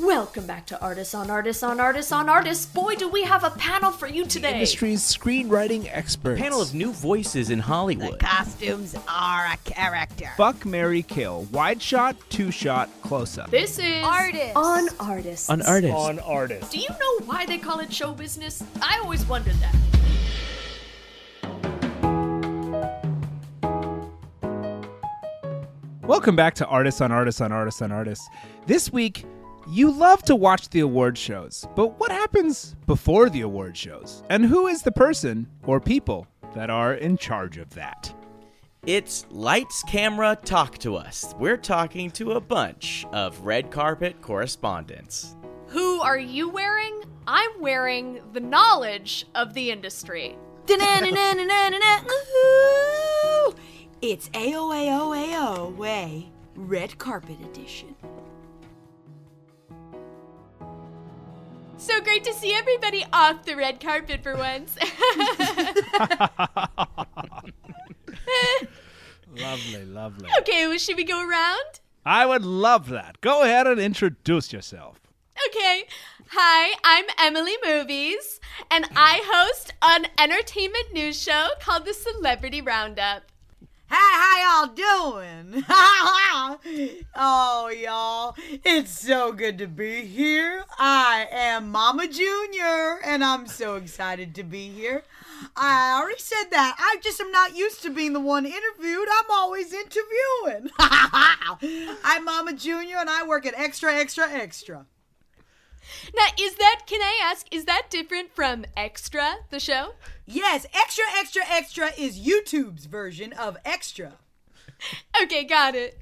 Welcome back to Artists on Artists on Artists on Artists. Boy, do we have a panel for you today. Industry's screenwriting experts. panel of new voices in Hollywood. Costumes are a character. Fuck Mary Kill. Wide shot, two shot, close up. This is Artists. on Artists. An artist. on artists. Do you know why they call it show business? I always wondered that. Welcome back to Artists on Artists on Artists on Artists. This week, you love to watch the award shows, but what happens before the award shows? And who is the person or people that are in charge of that? It's Lights Camera Talk to Us. We're talking to a bunch of red carpet correspondents. Who are you wearing? I'm wearing the knowledge of the industry. Ooh, it's AOAOAO way. Red carpet edition. So great to see everybody off the red carpet for once. Lovely, lovely. okay, well, should we go around? I would love that. Go ahead and introduce yourself. Okay. Hi, I'm Emily Movies, and I host an entertainment news show called the Celebrity Roundup. Hey, how y'all doing? oh, y'all, it's so good to be here. I am Mama Junior, and I'm so excited to be here. I already said that. I just am not used to being the one interviewed. I'm always interviewing. I'm Mama Junior, and I work at Extra, Extra, Extra. Now, is that, can I ask, is that different from Extra, the show? Yes, Extra, Extra, Extra is YouTube's version of Extra. Okay, got it.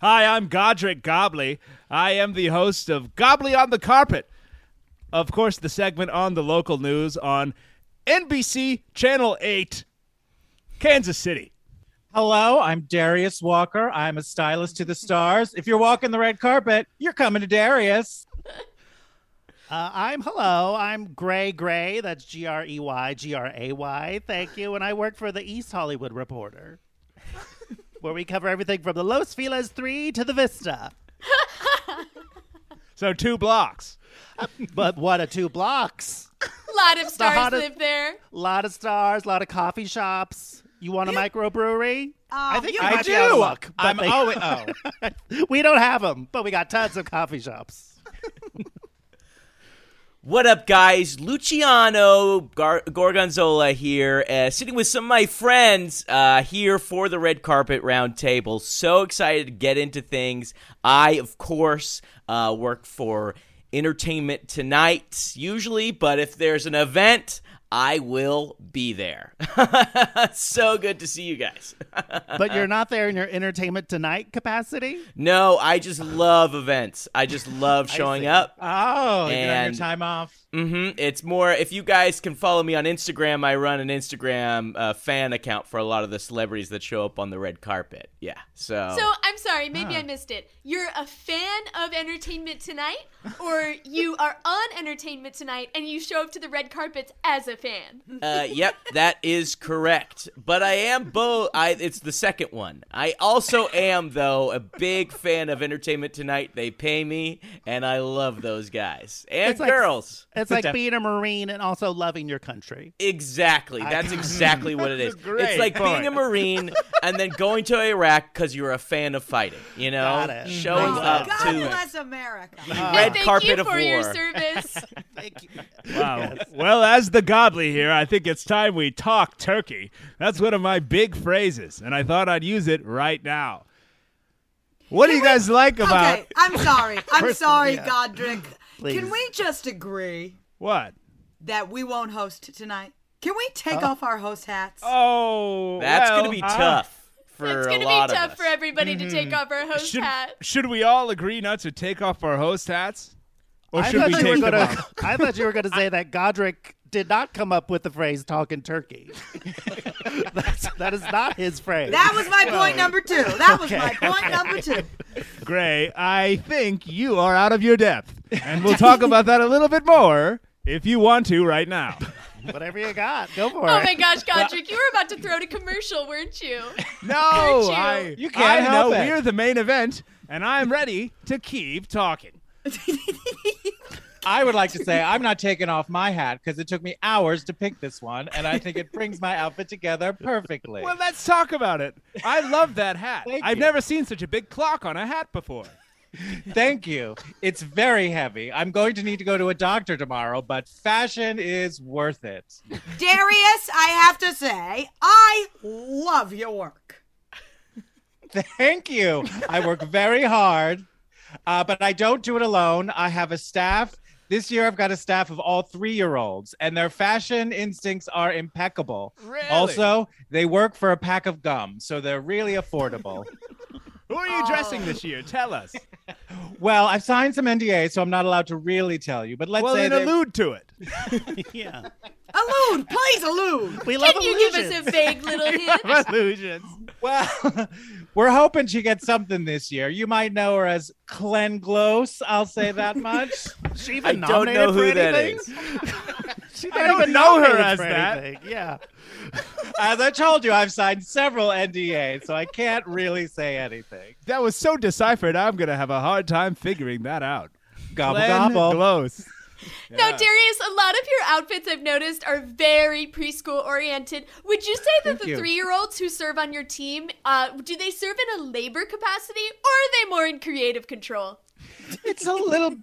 Hi, I'm Godric Gobley. I am the host of Gobley on the Carpet. Of course, the segment on the local news on NBC Channel 8, Kansas City. Hello, I'm Darius Walker. I'm a stylist to the stars. If you're walking the red carpet, you're coming to Darius. Uh, I'm hello. I'm Gray Gray. That's G R E Y G R A Y. Thank you. And I work for the East Hollywood Reporter, where we cover everything from the Los Feliz Three to the Vista. So, two blocks. But what a two blocks! A lot of stars hottest- live there. A lot of stars, a lot of coffee shops. You want a microbrewery? I think you- you I might be out of do. luck, but I'm they- always oh. we don't have them, but we got tons of coffee shops. What up, guys? Luciano Gar- Gorgonzola here, uh, sitting with some of my friends uh, here for the red carpet roundtable. So excited to get into things. I, of course, uh, work for Entertainment Tonight usually, but if there's an event, I will be there. so good to see you guys. But you're not there in your entertainment tonight capacity. No, I just love events. I just love showing up. Oh, you get on your And- time off. hmm It's more if you guys can follow me on Instagram. I run an Instagram uh, fan account for a lot of the celebrities that show up on the red carpet. Yeah, so, So I'm sorry, maybe I missed it. You're a fan of Entertainment Tonight, or you are on Entertainment Tonight and you show up to the red carpets as a fan. uh, yep, that is correct. But I am both. I it's the second one. I also am though a big fan of Entertainment Tonight. They pay me, and I love those guys and It's like- girls. It's like def- being a Marine and also loving your country. Exactly. That's exactly what it is. great It's like being a Marine and then going to Iraq because you're a fan of fighting. You know, Got it. showing Makes up God to bless America. Uh, red Uh, Thank carpet you of for your war. service. Thank you. Wow. Uh, Well, as the Gobley here, I think it's time we talk turkey. That's one of my big phrases, and I thought I'd use it right now. What do you guys like about Okay, I'm sorry. I'm sorry, yeah. Godric. Please. Can we just agree what? that we won't host tonight? Can we Uh. take off our host hats? Oh, That's well, gonna uh, be I- tough for it's a going to lot be of tough us. for everybody to Mm-hmm. take off our host Should, hat. should we all agree not to take off our host hats? Or I should thought we you were take them gonna- off? I thought you were going to say that Godric did not come up with the phrase "talking turkey." That's, that is not his phrase. That was my point number two. That was my point number two. Gray, I think you are out of your depth. And we'll talk about that a little bit more if you want to right now. Whatever you got, go for Oh it. my gosh, Godric, you were about to throw to commercial, weren't you? No, you? I, You I can't help know it. we're the main event, and I'm ready to keep talking. uh, I would like to say I'm not taking off my hat because it took me hours to pick this one, and I think it brings my outfit together perfectly. Well, let's talk about it. I love that hat. Thank I've you. never seen such a big clock on a hat before. Thank you. It's very heavy. I'm going to need to go to a doctor tomorrow, but fashion is worth it. Darius, I have to say, I love your work. Thank you. I work very hard, uh, but I don't do it alone. I have a staff. This year, I've got a staff of all three year olds, and their fashion instincts are impeccable. Really? Also, they work for a pack of gum, so they're really affordable. Who are you dressing this year? Tell us. well, I've signed some NDA, so I'm not allowed to really tell you, but let's well, say then they- allude to it. yeah. Allude, please allude. We love Can you give us illusions. a vague little hint? Illusions. Well, we're hoping she gets something this year. You might know her as Glenn Close. I'll say that much. She I even don't know nominated for who that anything? is. She I not don't even know her nominated as for that. anything. Yeah. As I told you, I've signed several NDAs, so I can't really say anything. That was so deciphered. I'm gonna have a hard time figuring that out. Gobble Glenn gobble. Close. No, Darius, a lot of your outfits I've noticed are very preschool oriented. Would you say that Thank the you. three year olds who serve on your team, uh, do they serve in a labor capacity or are they more in creative control? it's a little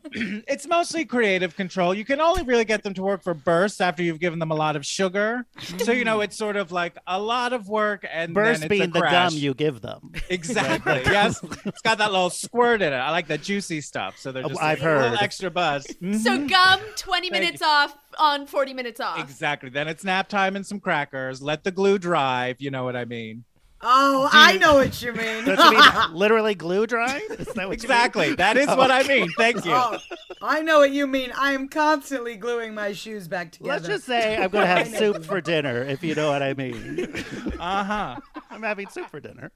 it's mostly creative control you can only really get them to work for bursts after you've given them a lot of sugar so you know it's sort of like a lot of work and Burst then it's being a the crash. gum you give them. exactly yes it's got that little squirt in it i like the juicy stuff so they're Oh, just I've like a little heard. extra buzz Mhm. So, gum 20 minutes off on 40 minutes off. exactly then it's nap time and some crackers let the glue dry if you know what i mean Oh, I know what you mean. Does it mean literally glue drying? Is that what you mean? exactly that Oh. is what i mean thank you Oh, I know what you mean. I am constantly gluing my shoes back together. Let's just say I'm going to have soup for dinner, if you know what I mean. uh-huh I'm having soup for dinner.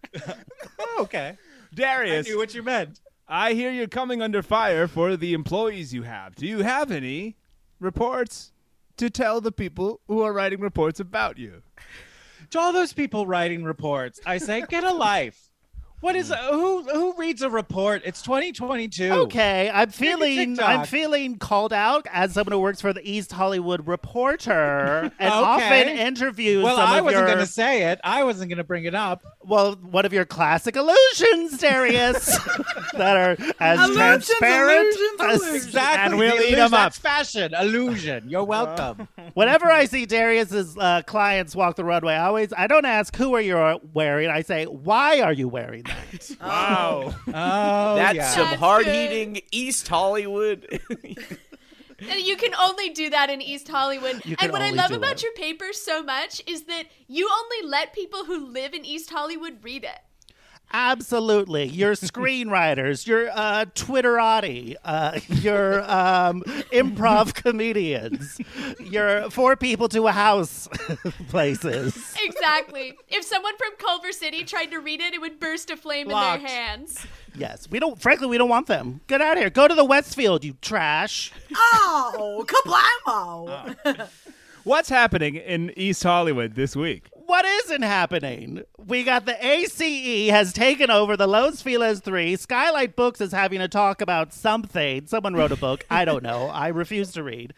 okay i Darius, knew what you meant I hear you're coming under fire for the employees you have. Do you have any reports to tell the people who are writing reports about you? to all those people writing reports, I say, get a life. What is who who reads a report? It's 2022. Okay, I'm feeling I'm TikTok. feeling called out as someone who works for the East Hollywood Reporter and often Okay. interviews Well, some I of wasn't your going to say it. I wasn't going to bring it up. well, one of your classic illusions, Darius, that are as Illusions, transparent illusions, as illusions. Exactly. And we'll the eat 'em illusion- up. That's fashion illusion. You're welcome. Whenever I see Darius's uh, clients walk the runway, I always I don't ask who are you wearing. I say why are you wearing that? Wow. oh, That's yeah. some That's hard good. hitting East Hollywood. And you can only do that in East Hollywood. You can And what I only love do about it. your paper so much is that you only let people who live in East Hollywood read it. Absolutely, your screenwriters, your uh, Twitterati, uh, your um, improv comedians, your four people to a house places. Exactly. if someone from Culver City tried to read it, it would burst a flame Locked. in their hands. Yes, we don't. Frankly, we don't want them. Get out of here. Go to the Westfield, you trash. Oh, kablamo! What's happening in East Hollywood this week? What isn't happening? We got the ACE has taken over the Los Feliz 3. Skylight Books is having a talk about something. Someone wrote a book. I don't know. I refuse to read.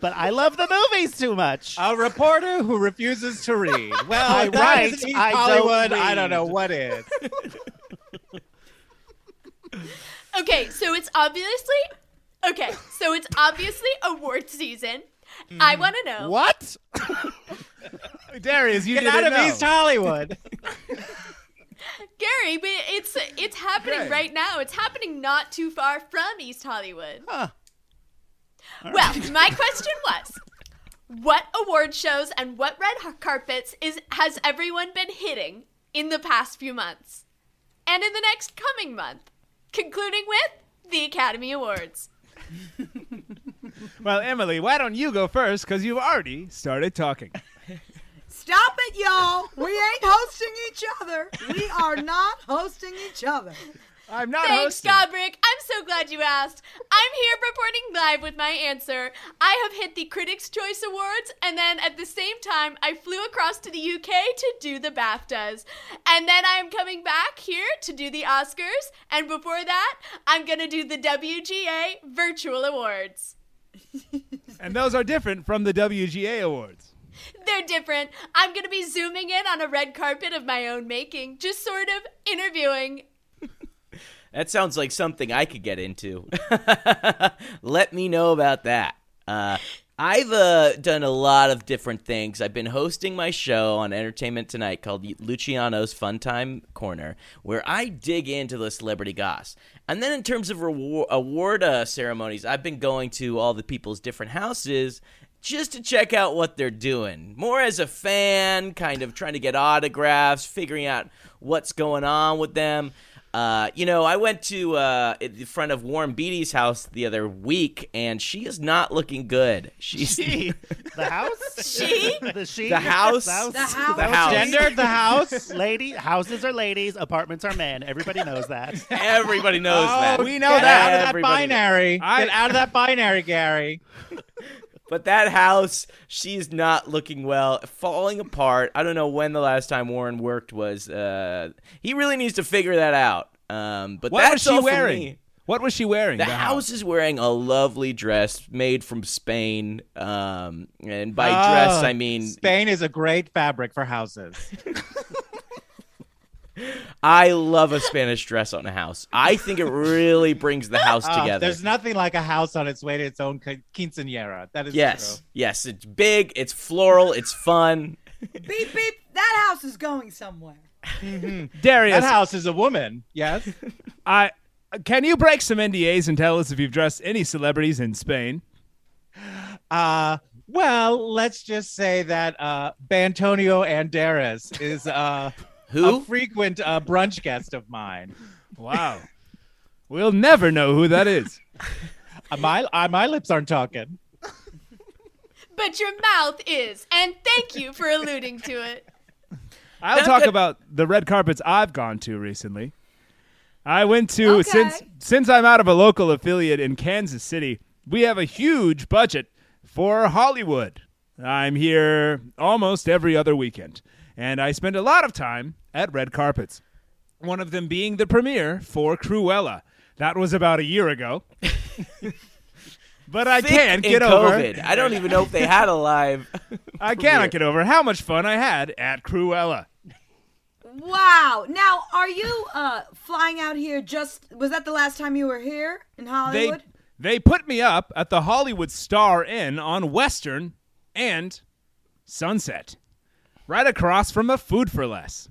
But I love the movies too much. a reporter who refuses to read. Well, I if that write, isn't East I don't Hollywood. I read. don't know what is. Okay, so it's obviously Okay, so it's obviously award season. I Mm. want to know. what? Darius, you Get didn't out of know. East Hollywood. Gary, but it's it's happening Okay. right now. It's happening not too far from East Hollywood. Huh. Well, my question was what award shows and what red har- carpets is has everyone been hitting in the past few months and in the next coming month, concluding with the Academy Awards. Well, Emily, why don't you go first? Because you've already started talking. Stop it, y'all. We ain't hosting each other. We are not hosting each other. I'm not Thanks, hosting. Godric. I'm so glad you asked. I'm here reporting live with my answer. I have hit the Critics' Choice Awards, and then at the same time, I flew across to the UK to do the BAFTAs. And then I'm coming back here to do the Oscars, and before that, I'm gonna do the WGA Virtual Awards. and those are different from the WGA awards. They're different. I'm going to be zooming in on a red carpet of my own making, just sort of interviewing. That sounds like something I could get into. Let me know about that. Uh, I've uh, done a lot of different things. I've been hosting my show on Entertainment Tonight called Luciano's Fun Time Corner, where I dig into the celebrity goss. And then, in terms of reward, award uh, ceremonies, I've been going to all the people's different houses just to check out what they're doing. More as a fan, kind of trying to get autographs, figuring out what's going on with them. Uh, you know, I went to uh, in front of Warren Beatty's house the other week, and she is not looking good. She's She, the house, She? the she, the house, The house. the house. Gender, the house. Lady, houses are ladies, apartments are men. Everybody knows that. Everybody knows that. we Get know out of that. that Everybody- binary. I- Get out of that binary, Gary. But that house, she's not looking well, falling apart. I don't know when the last time Warren worked was. Uh, he really needs to figure that out. Um, but What that's was she all for wearing? me. What was she wearing? The house is wearing a lovely dress made from Spain. Um, and by dress, Oh, I mean Spain is a great fabric for houses. I love a Spanish dress on a house. I think it really brings the house Ah, together. There's nothing like a house on its way to its own quin- quinceanera. That is yes, yes, it's big, it's floral, it's fun. beep beep. That house is going somewhere. true. Darius, That house is a woman. Yes. I can you break some NDAs and tell us if you've dressed any celebrities in Spain? Uh well, let's just say that uh Bantonio Anderes is uh a Who? frequent uh, brunch guest of mine. Wow. we'll never know who that is. Uh, my uh, my lips aren't talking. But your mouth is, and thank you for alluding to it. I'll That's talk good. about the red carpets I've gone to recently. I went to Okay. since since I'm out of a local affiliate in Kansas City, we have a huge budget for Hollywood. I'm here almost every other weekend, and I spend a lot of time at red carpets. One of them being the premiere for Cruella. That was about a year ago. but I Thick can't in get over COVID. I don't even know if they had a live. I cannot get over how much fun I had at Cruella. Wow. Now, are you uh flying out here? Just was that the last time you were here in they Hollywood? they put me up at the Hollywood Star Inn on Western and Sunset, right across from a Food for Less.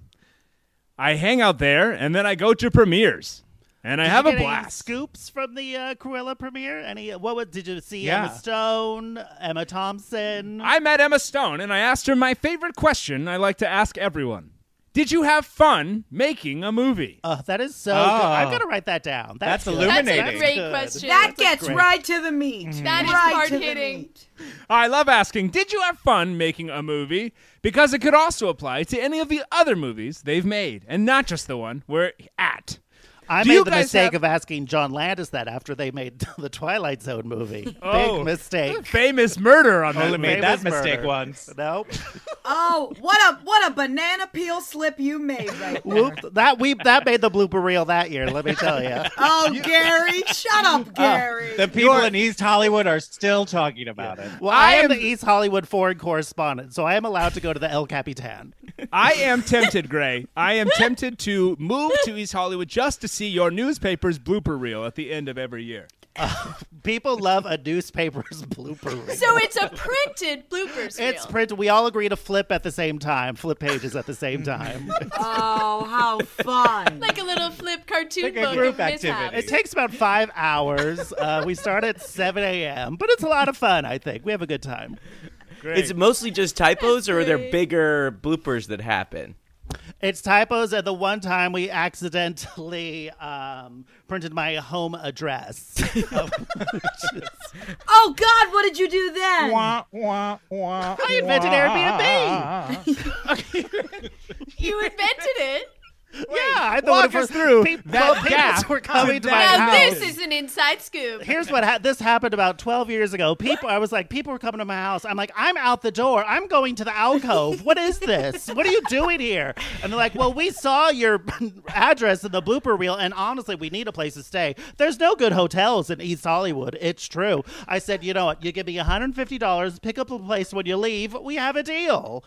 I hang out there and then I go to premieres, and I Did have you a get any blast. scoops from the uh, Cruella premiere? Any? What was, did you see? Yeah. Emma Stone, Emma Thompson. I met Emma Stone and I asked her my favorite question I like to ask everyone: Did you have fun making a movie? Oh, that is so. Oh. good. Ah. I'm gonna write that down. That's That's, good. That's illuminating. a That's great good. question. that that's a gets great- right to the meat. That is right hard to the hitting. meat. I love asking, did you have fun making a movie? Because it could also apply to any of the other movies they've made, and not just the one we're at. I Do you made the guys mistake have- of asking John Landis that after they made the Twilight Zone movie. Oh. Big mistake. Famous murder on that Only movie. made that Famous mistake murder. once. Nope. Oh, what a what a banana peel slip you made right there. Whoop. That we that made the blooper reel that year. Let me tell you. Oh, Gary, shut Ah, up, Gary. The people in East Hollywood are still talking about it. Well, I, I am, am- the East Hollywood foreign correspondent, so I am allowed to go to the El Capitan. I am tempted, Gray. I am tempted to move to East Hollywood just to see your newspaper's blooper reel at the end of every year. People love a newspaper's blooper reel. So it's a printed bloopers reel. It's print. We all agree to flip at the same time, flip pages at the same time. oh, how fun. like a little flip cartoon Like a book group of mishaps. activity. it takes about five hours. Uh, we start at 7 a.m., but it's a lot of fun, I think. We have a good time. Great. Is it mostly just typos, or are there great. bigger bloopers that happen? It's typos at the one time we accidentally um, printed my home address. oh God, what did you do then? Wah, wah, wah, I invented Airbnb. You invented it. yeah, I walk us through that gap kids were coming to my Now house. this is an inside scoop. Here's what ha- this happened about 12 years ago. People, I was like, people were coming to my house. I'm like, I'm out the door. I'm going to the alcove. What is this? What are you doing here? And they're like, well, we saw your address in the blooper reel, and honestly, we need a place to stay. There's no good hotels in East Hollywood. It's true. I said, you know what? You give me $150, pick up a place when you leave. We have a deal.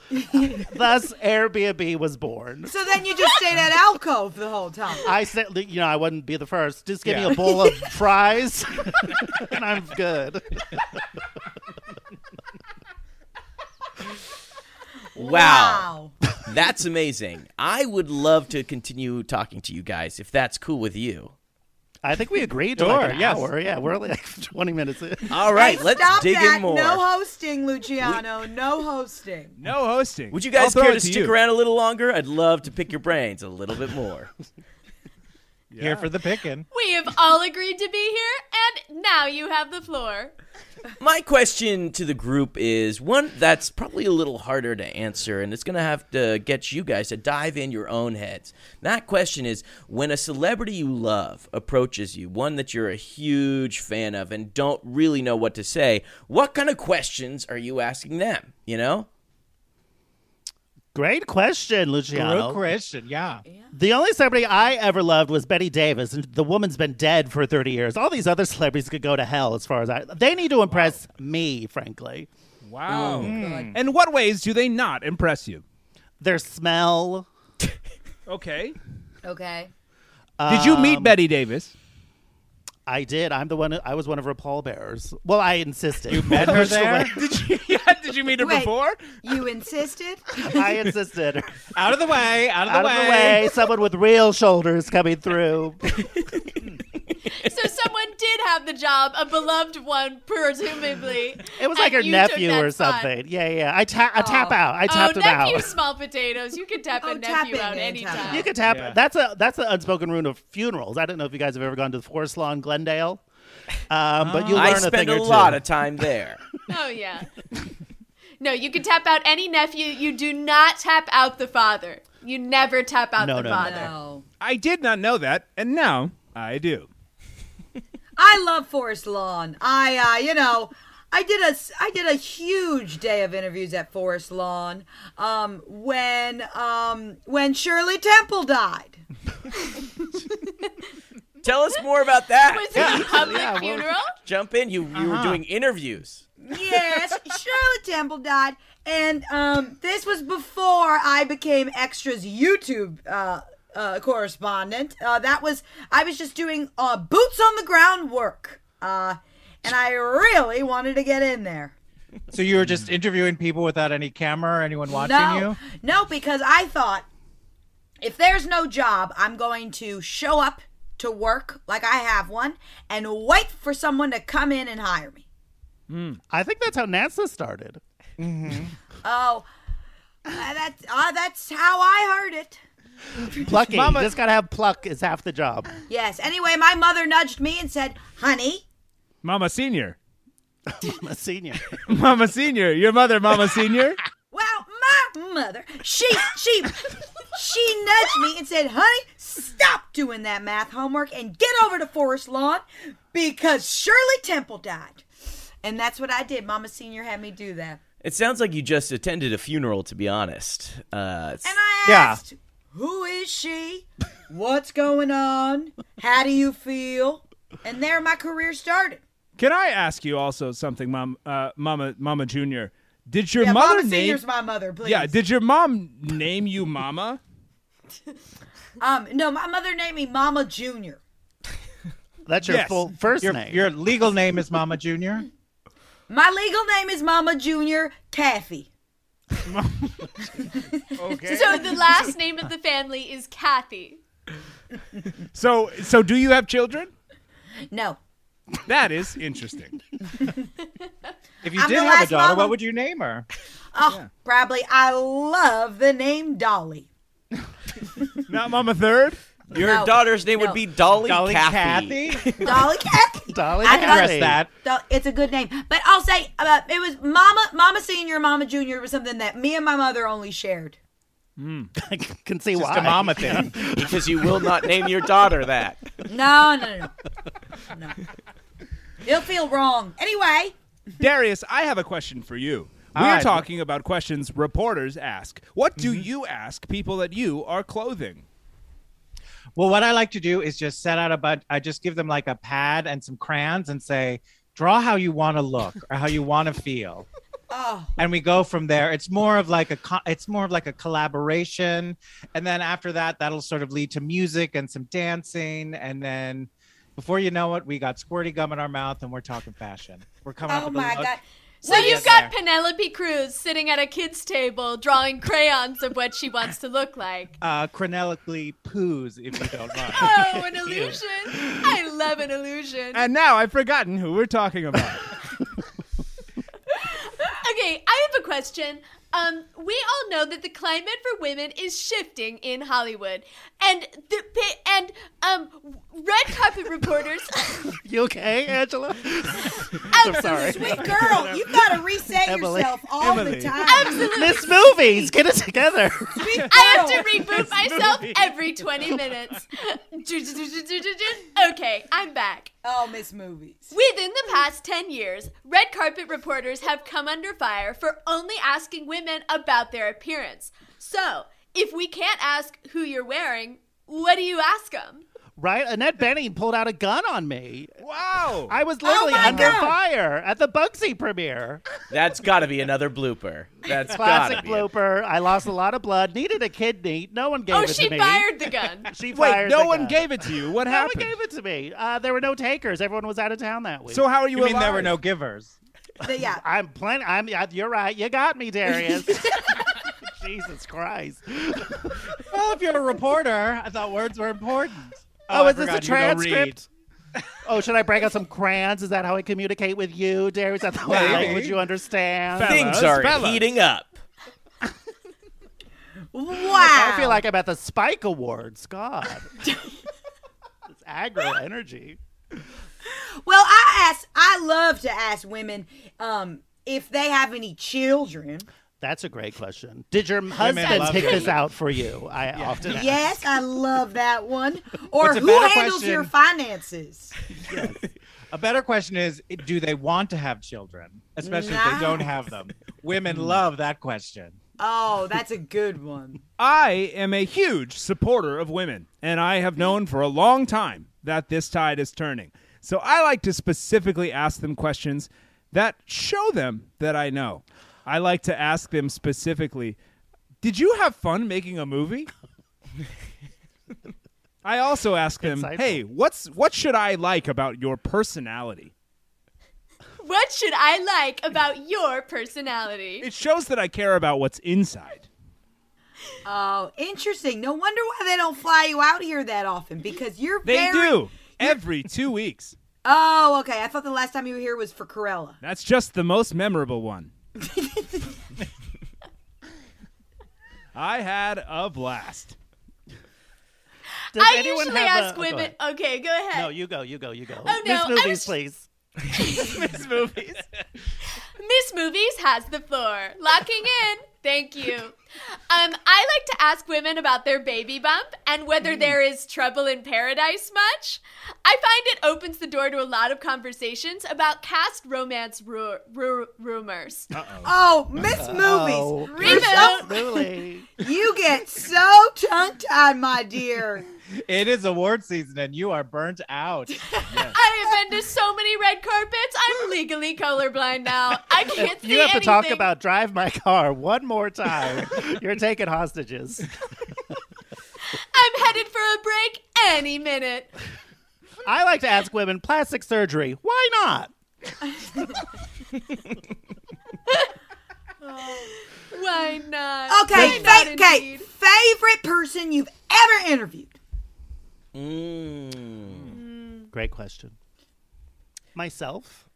Thus, Airbnb was born. So then you just stayed at alcove the whole time. I said, you know, I wouldn't be the first. Just give Yeah. me a bowl of fries, and I'm good. Wow. That's amazing. I would love to continue talking to you guys if that's cool with you. I think we agreed to like Sure, an yes. hour. Yeah, we're only like 20 minutes in. All right, let's Stop dig that. in more. No hosting, Luciano. No hosting. No hosting. Would you I'll guys throw care it to stick you. around a little longer? I'd love to pick your brains a little bit more. Here for the picking. We have all agreed to be here, and now you have the floor. My question to the group is one that's probably a little harder to answer, and it's going to have to get you guys to dive in your own heads. That question is when a celebrity you love approaches you, one that you're a huge fan of and don't really know what to say, what kind of questions are you asking them? You know? Great question, Real Luciano. Christian, yeah. The only celebrity I ever loved was Betty Davis, and the woman's been dead for 30 years. All these other celebrities could go to hell as far as I. They need to impress me, frankly. Wow. Hmm. And what ways do they not impress you? Their smell. Okay. Okay. Did you Um, meet Betty Davis? um, I did. I'm the one. I was one of her pallbearers. Well, I insisted. You Met her there. Did you? Yeah, did you meet her Wait. before? You insisted? I insisted. Out of the way. Out of the Out way. of the way, someone with real shoulders coming through. So someone did have the job, a beloved one, presumably. It was like and her you took nephew that or spot. something. Yeah, yeah. I, ta- I tap out. I Oh, tapped him nephew, out. small potatoes. You can tap Oh, a tap nephew in there, out tap anytime. out. You could tap. Yeah. That's a that's an unspoken rule of funerals. I don't know if you guys have ever gone to the Forest Lawn Glendale, um, but you learn Ah. I a thing spend or a two. lot of time there. Oh yeah. no, you can tap out any nephew. You do not tap out the father. You never tap out No, the no, no. father. No. I did not know that, and now I do. I love Forest Lawn. I, uh, you know, I did a s- I did a huge day of interviews at Forest Lawn um, when um, when Shirley Temple died. Tell us more about that. Was it a public funeral? Jump in. You you were doing interviews. Yes, Shirley Temple died, and um, this was before I became Extra's YouTube uh, uh, correspondent. Uh, that was I was just doing uh, boots on the ground work, uh, and I really wanted to get in there. So you were just Mm. interviewing people without any camera or anyone watching No, you? no, because I thought if there's no job, I'm going to show up to work like I have one and wait for someone to come in and hire me. I think that's how NASA started. Oh, uh, that's uh, that's how I heard it. Plucky. Just gotta have pluck is half the job. Yes. Anyway, my mother nudged me and said, "Honey, Mama Senior. I'm a senior. Mama Senior. Your mother, Mama Senior. well, my mother, she she she nudged me and said, "Honey, stop doing that math homework and get over to Forest Lawn because Shirley Temple died." And that's what I did. Mama Senior had me do that. It sounds like you just attended a funeral, to be honest. Uh, it's- And I Yeah. asked, "Who is she? What's going on? How do you feel?" And there my career started. Can I ask you also something, Mom, uh, Mama, Mama Junior? Did your Yeah, mother Mama name? Senior's my mother, please. yeah. Did your mom name you Mama? Um, no, my mother named me Mama Junior. That's your Yes. full first Your, name. your legal name is Mama Junior. My legal name is Mama Junior Taffy. Okay. So the last name of the family is Kathy. so, so do you have children? No, That is interesting. If you I'm did the have a last daughter, mama. what would you name her? oh, probably I love the name Dolly. Not Mama Third. your No, daughter's name no. would be Dolly, Dolly Kathy. Kathy. Dolly Taffy. Dolly I thought- Kathy. Press that. Dol- It's a good name, but I'll say uh, it was Mama, Mama Senior, Mama Junior was something that me and my mother only shared. I can see Just why. a mama thing. because you will not name your daughter that. No, no, no, no. no. He'll feel wrong. Anyway, Darius, I have a question for you. All We're right. talking about questions reporters ask. What do you ask people that you are clothing? Well, what I like to do is just set out a bunch. I just give them like a pad and some crayons and say, draw how you want to look or how you want to feel. oh, And we go from there. It's more of like a co- it's more of like a collaboration. And then after that, that'll sort of lead to music and some dancing. And then before you know it, we got squirty gum in our mouth and we're talking fashion. We're coming up oh with my a look. God. So What you've is- got Penelope Cruz sitting at a kid's table drawing crayons of what she wants to look like. uh chronically poos if you don't mind. Oh, an illusion. I love an illusion. And now I've forgotten who we're talking about. Okay, I have a question. Um, we all know that the climate for women is shifting in Hollywood, and the pa- and um, red carpet reporters. You okay, Angela? I'm sorry. Sweet girl, you gotta reset Emily. yourself all Emily. the time. Absolutely, Miss Movies, get it together. Sweet girl. I have to reboot myself movie. every 20 minutes. okay, I'm back. oh, Miss Movies. Within the past 10 years, red carpet reporters have come under fire for only asking women about their appearance. So, if we can't ask who you're wearing, what do you ask them? Right? Annette Benning pulled out a gun on me. wow. I was literally my under God. fire at the Bugsy premiere. That's got to be another blooper. That's gotta Classic be it. blooper. I lost a lot of blood. Needed a kidney. No one gave Oh, it to she me. fired the gun. She Wait, fired no the one gun. gave it to you. What No happened? one gave it to me. Uh, there were no takers. Everyone was out of town that week. so how are you? You mean there were alive? no givers? The- yeah. I'm plenty. I'm. yeah, You're right. You got me, Darius. Jesus Christ. Well, if you're a reporter, I thought words were important. Oh, I is this a forgot you don't read. transcript? Oh, should I break out some crayons? Is that how I communicate with you, Darius? At the Maybe. wow, would you understand? Fellas, Things are fellas. heating up. Wow. I feel like I'm at the Spike Awards. God. it's aggro energy. Well, I ask. I love to ask women um, if they have any children. That's a great question. Did your husband love pick women. this out for you? I often ask. Yes, I love that one. Or What's a who better handles question? your finances? A better question is do they want to have children, especially if they don't have them? Women love that question. Oh, that's a good one. I am a huge supporter of women, and I have known for a long time that this tide is turning. So I like to specifically ask them questions that show them that I know. I like to ask them specifically, Did you have fun making a movie? I also ask them, Insightful. Hey, what's what should I like about your personality? What should I like about your personality? It shows that I care about what's inside. Oh, interesting. No wonder why they don't fly you out here that often because you're They very. do every two weeks. Oh, okay. I thought the last time you were here was for Corella. That's just the most memorable one. I had a blast. Does I anyone usually have a- ask oh, go women. ahead. Okay, go ahead. No, you go, you go, you go. Oh, no, Miss I Movies, was- please. Miss movies. Miss Movies has the floor. Locking in. Thank you. Um, I like to ask women about their baby bump and whether Mm. there is trouble in paradise much. I find it opens the door to a lot of conversations about cast romance ru- ru- rumors. Oh, Miss Oh. Movies. Remote. Absolutely. You get so tongue tied, my dear. It is award season and you are burnt out. I have been to so many red carpets. I'm legally colorblind now. I can't see You have to talk anything. about drive my car one more time. You're taking hostages. I'm headed for a break any minute. I like to ask women plastic surgery. Why not? Why not? Okay, Why not, fa- okay. indeed? Favorite person you've ever interviewed? Mm. Great question. Myself.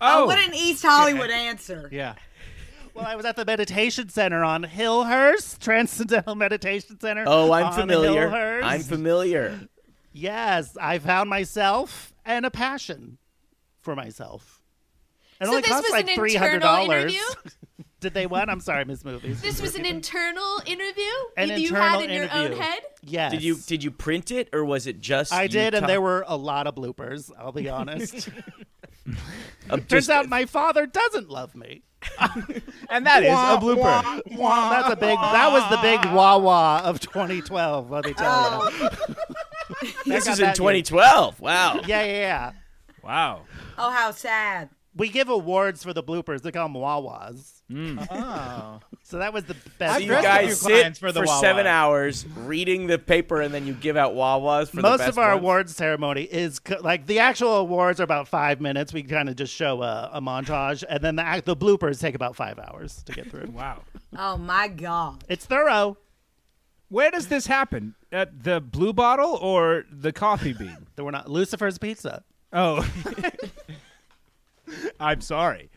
Oh, what an East Hollywood answer. Yeah. Well, I was at the meditation center on Hillhurst, Transcendental Meditation Center. Oh, on I'm familiar. Hillhurst. I'm familiar. yes, I found myself and a passion for myself. It So only this cost was like an three hundred internal dollars. interview? Did they what? I'm sorry, Miss Movies. This was an internal interview An that you internal had in interview. your own head. Yes. Did you did you print it or was it just? I you did, and talk- there were a lot of bloopers. I'll be honest. of Turns just- out my father doesn't love me. And that is a blooper. That's a big. That was the big wah wah of 2012. Let me tell Oh. you. this got is in that year. 2012. Wow. Yeah, yeah, yeah. Wow. Oh, how sad. We give awards for the bloopers. They call them wah wahs. Oh. So that was the best. Mm. So I've you dressed up your guys sit clients for, for the Wawas. seven hours reading the paper, and then you give out Wawas for the Most best of our ones? awards ceremony is co- like the actual awards are about five minutes. We kind of just show a, a montage, and then the act, the bloopers take about five hours to get through. Wow. Oh my God. It's thorough. Where does this happen? At the blue bottle or the coffee bean? There were not Lucifer's Pizza. Oh. I'm sorry.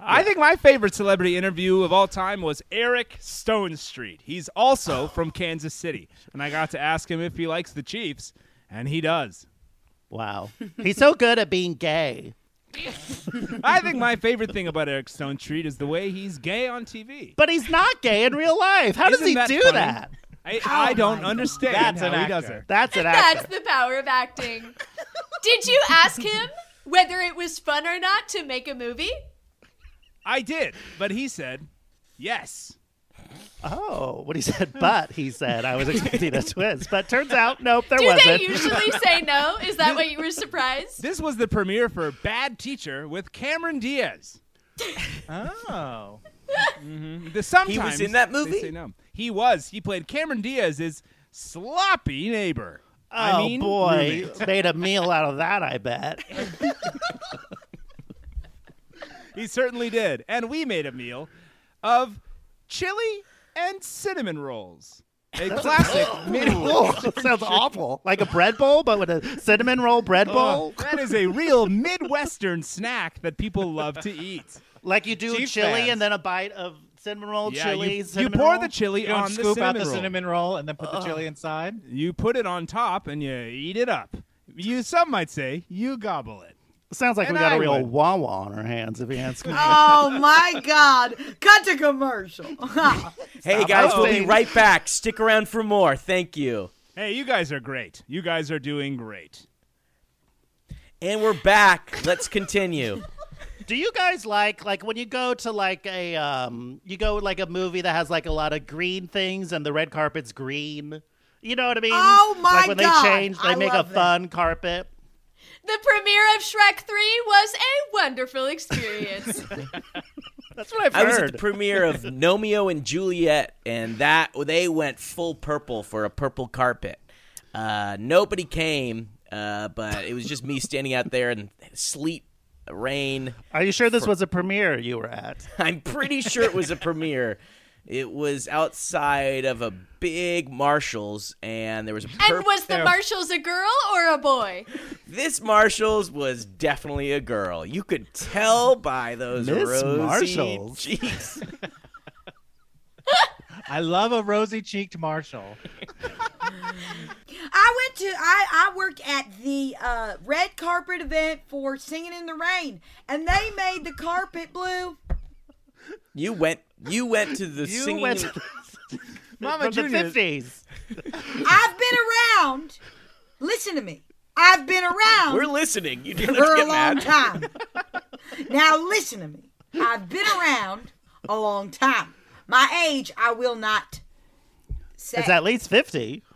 I think my favorite celebrity interview of all time was Eric Stone Street. He's also from Kansas City. And I got to ask him if he likes the Chiefs, and he does. Wow, he's so good at being gay. I think my favorite thing about Eric Stone Street is the way he's gay on TV. But he's not gay in real life. How does Isn't he that do funny? that? I, I don't understand That's how an he actor. does it. That's an That's actor. the power of acting. Did you ask him whether it was fun or not to make a movie? I did, but he said yes. oh, what he said, but he said I was expecting a twist, but turns out nope, there Do wasn't. they usually say no? Is that why you were surprised? This was the premiere for Bad Teacher with Cameron Diaz. Oh. The sometimes in that they movie? say no. He was. He played Cameron Diaz's sloppy neighbor. oh I mean, boy, roommate. made a meal out of that. I bet. he certainly did, and we made a meal of chili and cinnamon rolls. A classic meal. sounds awful. Like a bread bowl, but with a cinnamon roll bread bowl. Oh, that is a real Midwestern snack that people love to eat. Like you do Chief chili fans. and then a bite of cinnamon roll Yeah, chili. you, you cinnamon pour roll. the chili You on don't the scoop out the roll. cinnamon roll and then put the chili inside? You put it on top and you eat it up. You some might say you gobble it. Sounds like and we got a I real would. wawa on our hands, if you ask me. Oh my God. Cut to commercial. Hey guys, we'll be hosting. right back. Stick around for more. Thank you. Hey, you guys are great. You guys are doing great. And we're back. Let's continue. Do you guys like like when you go to like a um you go like a movie that has like a lot of green things and the red carpet's green? You know what I mean? Oh, my Like when God. they change, they I make a love that. fun carpet. The premiere of Shrek 3 was a wonderful experience. That's what I've I was heard. at the premiere of Nomeo and Juliet, and that they went full purple for a purple carpet. Uh, nobody came, uh, but it was just me standing out there in sleet, rain. Are you sure this was a premiere you were at? I'm pretty sure it was a premiere. It was outside of a big Marshalls, and there was a And purple. was the Marshalls a girl or a boy? This Marshalls was definitely a girl. You could tell by those Miss rosy Marshalls. cheeks. I love a rosy cheeked Marshall. I went to I I worked at the uh, red carpet event for Singing in the Rain, and they made the carpet blue. You went. You went to the You singing. went to Mama from the fifties. I've been around. Listen to me. I've been around We're listening. You don't have for to a get long mad. time. now listen to me. I've been around a long time. My age, I will not say. It's at least fifty.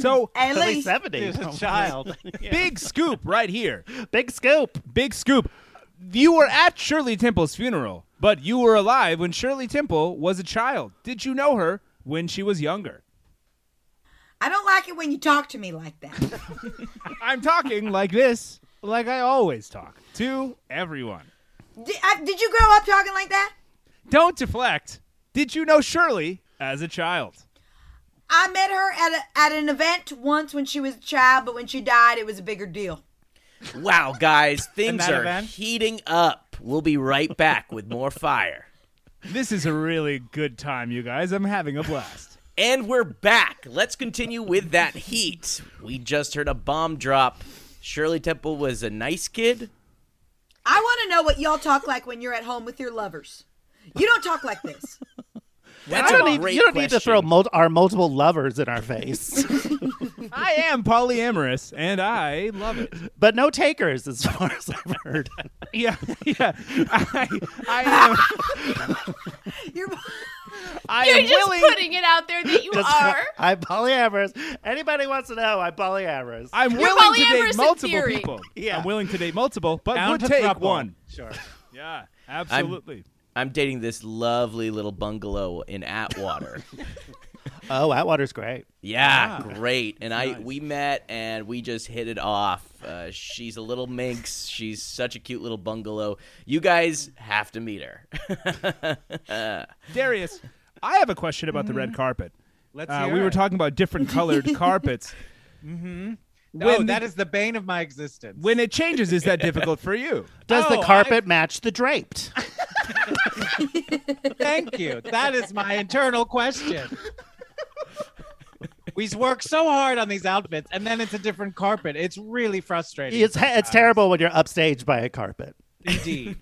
So at At least least seventy. a child. big scoop right here. Big scoop. Big scoop. You were at Shirley Temple's funeral, but you were alive when Shirley Temple was a child. Did you know her when she was younger? I don't like it when you talk to me like that. I'm talking like this, like I always talk to everyone. did, I, did you grow up talking like that? Don't deflect. Did you know Shirley as a child? I met her at a, at an event once when she was a child, but when she died, it was a bigger deal. Wow, guys, things that are event? heating up. We'll be right back with more fire. This is a really good time, you guys. I'm having a blast. And we're back. Let's continue with that heat. We just heard a bomb drop. Shirley Temple was a nice kid. I want to know what y'all talk like when you're at home with your lovers. You don't talk like this. That's I a don't need, great you don't need to question. throw mul- our multiple lovers in our face, I am polyamorous and I love it. but no takers, as far as I've heard. Yeah, yeah. I, I am, You're I You're am just willing. putting it out there that you Just- are. I'm polyamorous. Anybody wants to know, I'm polyamorous. I'm You're willing to polyamorous date in multiple theory. people. Yeah. I'm willing to date multiple, but Down would to take throuple. one. sure. Yeah, absolutely. I'm dating this lovely little bungalow in Atwater. Oh, Atwater's great. Yeah, Ah. great. And I we met and we just hit it off. Uh, she's a little minx. She's such a cute little bungalow. You guys have to meet her. Darius, I have a question about the red carpet. Let's Uh, hear we were it. talking about different colored carpets. oh, When- that is the bane of my existence. When it changes, is that difficult for you? Does Oh, the I- carpet match the draped? Thank you. That is my internal question. We work so hard on these outfits, and then it's a different carpet. It's really frustrating. It's it's terrible when you're upstaged by a carpet. indeed.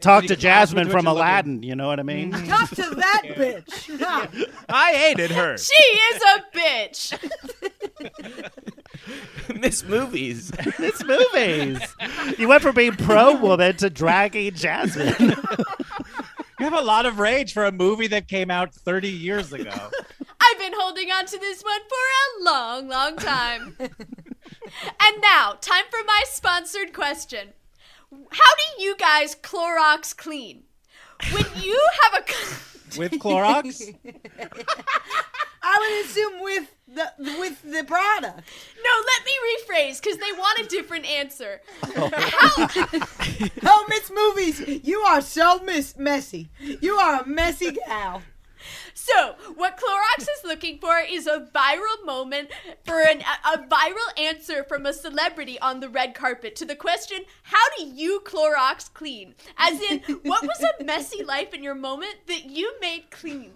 Talk you to can dodge Jasmine with what from you're looking. Aladdin. You know what I mean? talk to that bitch. I hated her. She is a bitch. Miss movies. It's movies. You went from being pro woman to dragging Jasmine. You have a lot of rage for a movie that came out 30 years ago. I've been holding on to this one for a long, long time. and now, time for my sponsored question. How do you guys Clorox clean? When you have a With Clorox? I would assume with the with the product. No, let me rephrase cuz they want a different answer. Oh, Miss Movies, you are so miss messy. You are a messy gal. So, what Clorox is looking for is a viral moment for an, a, a viral answer from a celebrity on the red carpet to the question, How do you Clorox clean? As in, what was a messy life in your moment that you made clean?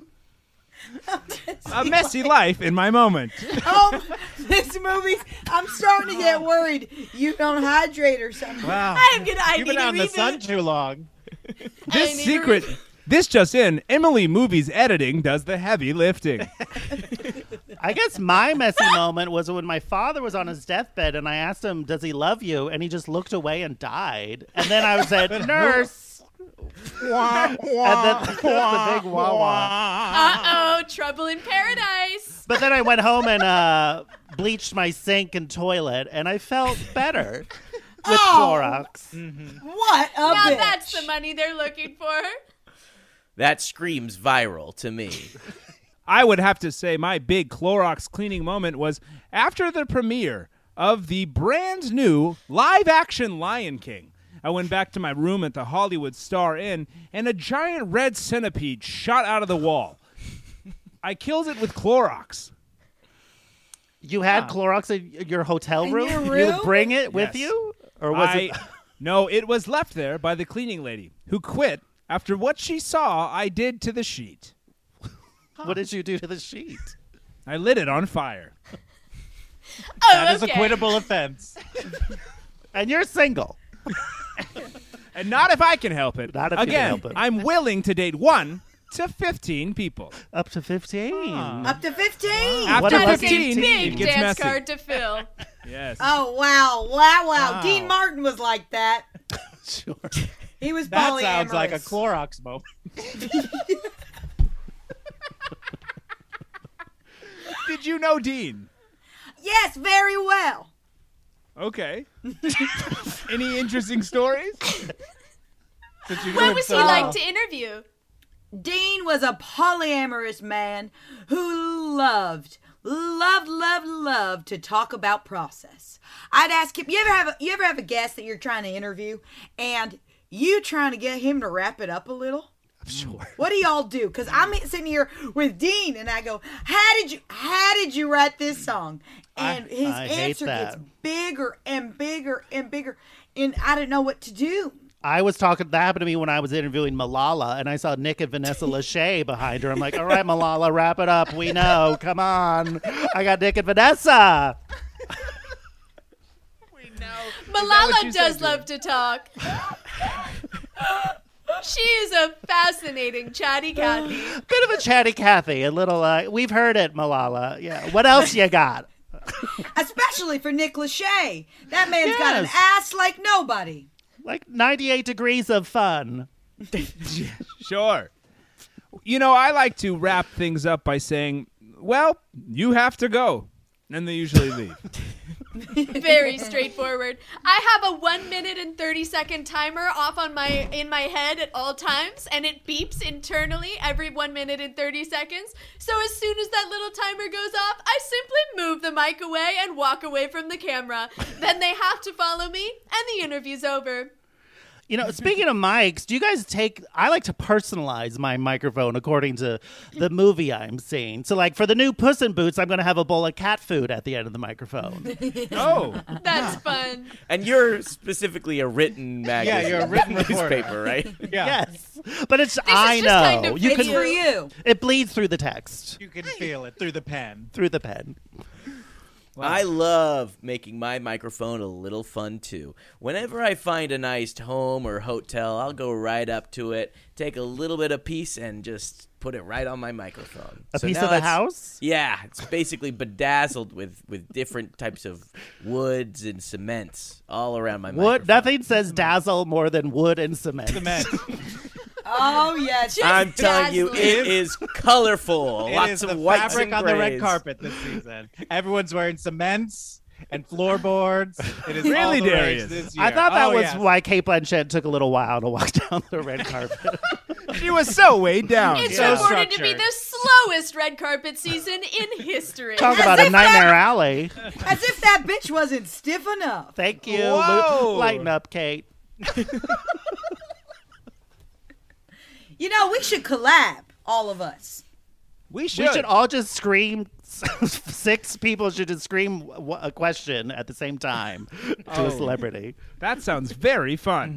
A messy life in my moment. Oh, Miss Movies, I'm starting to get worried. You don't hydrate or something. Oh. Wow. I am gonna, I You've need been to out in the revisit- sun too long. I This need to secret. revisit- This just in, Emily Movies Editing does the heavy lifting. I guess my messy moment was when my father was on his deathbed and I asked him, Does he love you? And he just looked away and died. And then I said, Nurse. Uh-huh. and then the big wah wah. Uh-oh, trouble in paradise. But then I went home and uh, bleached my sink and toilet and I felt better with Oh. Clorox. What a Now bitch. that's the money they're looking for. That screams viral to me. I would have to say my big Clorox cleaning moment was after the premiere of the brand new live action Lion King. I went back to my room at the Hollywood Star Inn and a giant red centipede shot out of the wall. I killed it with Clorox. You had Clorox in your hotel In room? your You room? would bring it with Yes. you? Or was I, it no, it was left there by the cleaning lady who quit after what she saw I did to the sheet. what did you do to the sheet? I lit it on fire. Oh, That is okay. a quittable offense. And you're single. And not if I can help it. Not if you can Again, help it. I'm willing to date one to 15 people. Up to 15. Ah. Up to 15. After What That about is a 15, it big gets dance messy. card to fill. Yes. Oh, wow. Wow, wow. Wow. Dean Martin was like that. Sure. He was That polyamorous. sounds like a Clorox moment. Did you know Dean? Yes, very well. Okay. Any interesting stories? Since you knew What him was he so well. like to interview? Dean was a polyamorous man who loved, loved, loved, loved to talk about process. I'd ask him, you ever have a, you ever have a guest that you're trying to interview and you trying to get him to wrap it up a little? Sure. What do y'all do? Cause I'm sitting here with Dean and I go, how did you how did you write this song? And his I hate answer gets that. bigger and bigger and bigger, and I didn't know what to do. I was talking, that happened to me when I was interviewing Malala, and I saw Nick and Vanessa Lachey behind her. I'm like, all right, Malala, wrap it up. We know. Come on. I got Nick and Vanessa. Malala you said, does Julie? love to talk. She is a fascinating chatty cat. Bit of a chatty Cathy, a little. Uh, we've heard it, Malala. Yeah. What else you got? Especially for Nick Lachey. That man's got an Yes. ass like nobody. Like 98 degrees of fun. Sure. You know, I like to wrap things up by saying, well, you have to go. And they usually leave. Very straightforward. I have a one minute and thirty second timer off on my in my head at all times, and it beeps internally every one minute and thirty seconds. So as soon as that little timer goes off, I simply move the mic away and walk away from the camera. Then they have to follow me, and the interview's over. You know, speaking of mics, do you guys take? I like to personalize my microphone according to the movie I'm seeing. So, like for the new Puss in Boots, I'm going to have a bowl of cat food at the end of the microphone. oh. That's fun. And you're specifically a written magazine. you're a written reporter. newspaper, right? Yeah. yes, but it's is I just know kind of you It's video. can. for you. It bleeds through the text, You can feel it through the pen. through the pen. I love making my microphone a little fun too. Whenever I find a nice home or hotel, I'll go right up to it, take a little bit of piece, and just put it right on my microphone. A So piece now of the it's- house. Yeah, it's basically bedazzled with with different types of woods and cements all around my Wood. microphone. Nothing says dazzle more than wood and cement. The men. Oh, yes. I'm telling you, it Dazzling. is colorful. It Lots is of the whites fabric and on the red grays. carpet this season. Everyone's wearing cements and floorboards. It is all Really, the rage Darius? This year. I thought that Oh, was yes. why Kate Blanchett took a little while to walk down the red carpet. She was so weighed down. It's Yeah. reported to be Structured. the slowest red carpet season in history. Talk about a nightmare alley. As if that bitch wasn't stiff enough. Thank you. Whoa. Lu- Lighten up, Kate. You know, we should collab, all of us. We should. We should all just scream. Six people should just scream w- a question at the same time to a celebrity. that sounds very fun.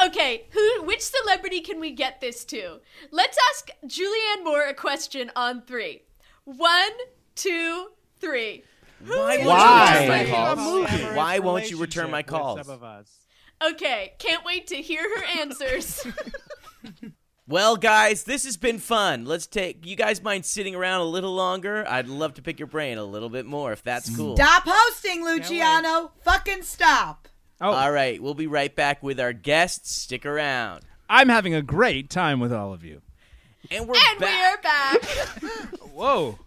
Mm-hmm. Okay, who which celebrity can we get this to? Let's ask Julianne Moore a question on three. One, two, three. Why won't Why? you return my Why? calls? Average Why won't you return my relationship with calls? Some of us. Okay, can't wait to hear her answers. Well, guys, this has been fun. Let's take you guys mind sitting around a little longer? I'd love to pick your brain a little bit more if that's cool. Stop hosting, Luciano. Fucking stop. Oh, All right, we'll be right back with our guests. Stick around. I'm having a great time with all of you. And we're and we back. are back. Whoa.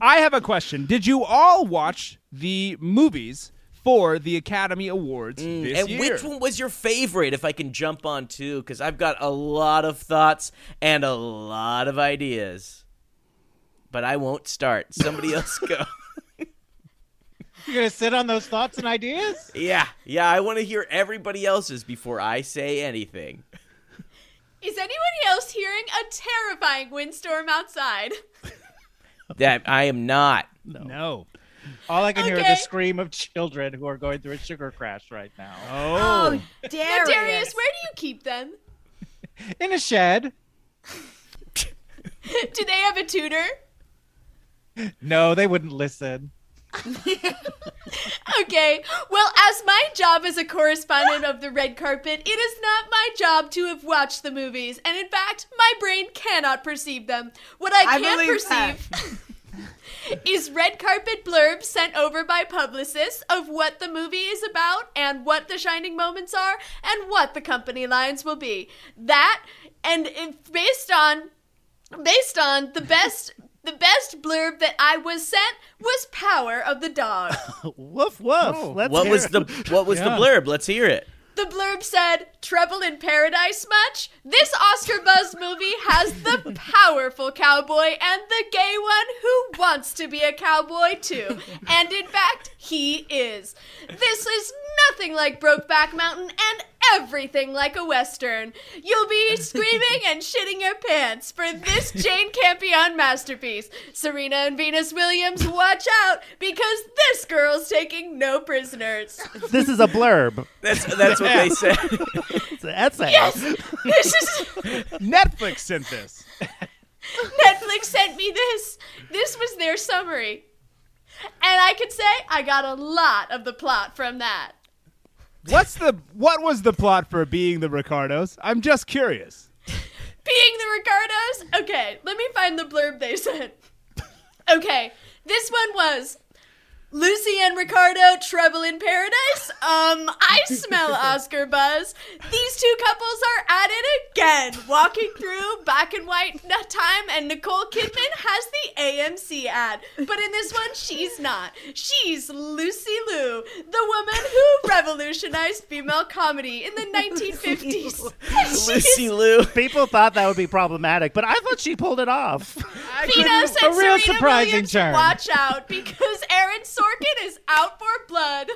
I have a question. Did you all watch the movies for the Academy Awards this Mm. and year? which one was your favorite if I can jump on too cuz I've got a lot of thoughts and a lot of ideas. But I won't start. Somebody else go. You're gonna sit on those thoughts and ideas. Yeah. Yeah, I want to hear everybody else's before I say anything. Is anybody else hearing a terrifying windstorm outside? That I am not. No. All I can hear is Okay. the scream of children who are going through a sugar crash right now. Oh. Darius. Darius, where do you keep them? Oh. In a shed. do they have a tutor? No, they wouldn't listen. Okay. Well, as my job as a correspondent of the red carpet, it is not my job to have watched the movies, and in fact, my brain cannot perceive them. What I I can believe that. perceive is red carpet blurbs sent over by publicists of what the movie is about and what the shining moments are and what the company lines will be. That and if based on based on the best the best blurb that I was sent was Power of the Dog. Woof woof. Let's What hear was it. the what was the blurb? Let's hear it. The blurb said, Trouble in Paradise much? This Oscar buzz movie has the powerful cowboy and the gay one who wants to be a cowboy too. And in fact, he is. This is nothing like Brokeback Mountain and everything like a Western. You'll be screaming and shitting your pants for this Jane Campion masterpiece. Serena and Venus Williams, watch out because this girl's taking no prisoners. This is a blurb. That's that's what they said. It's an essay. Yes, this is. Netflix sent this. Netflix sent me this. This was their summary. And I could say I got a lot of the plot from that. What's the what was the plot for being the Ricardos? I'm just curious. Being the Ricardos? Okay, let me find the blurb they sent. Okay, this one was Lucy and Ricardo Trouble in Paradise. Um, I smell Oscar buzz. These two couples are at it again, walking through black and white n- time, and Nicole Kidman has the AMC ad. But in this one, she's not. She's Lucy Liu, the woman who revolutionized female comedy in the 1950s. She is Lucy Lou. People thought that would be problematic, but I thought she pulled it off. Pino said A Serena real surprising Williams turn. watch out because Aaron Sorkin is out for blood.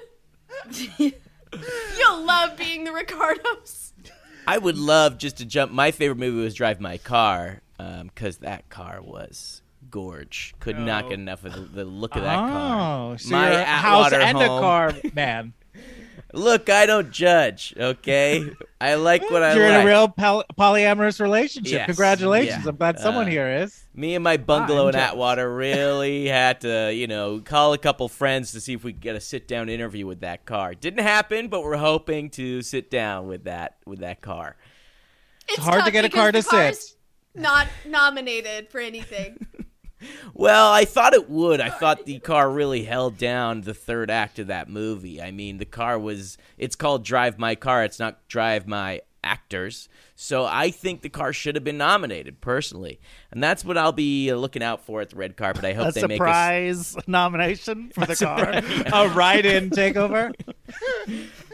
You'll love being the Ricardos. I would love just to jump. My favorite movie was Drive My Car because that car was gorge. Could not get enough of the, the look of that car. Oh, so My you're a house Atwater and a home. car man. Look, I don't judge. Okay, I like what I you're like. in a real poly- polyamorous relationship. Yes, Congratulations. yeah. I'm glad someone Uh, here is. Me and my bungalow I'm in jealous. Atwater really had to, you know, call a couple friends to see if we could get a sit down interview with that car. Didn't happen, but we're hoping to sit down with that with that car. It's hard to tough get a because car the to car's sit. Not nominated for anything. Well, I thought it would. I thought the car really held down the third act of that movie. I mean, the car was it's called Drive My Car, it's not Drive My Actors. So I think the car should have been nominated personally. And that's what I'll be uh, looking out for at the red carpet. I hope A they make us surprise nomination for the car. A ride in takeover.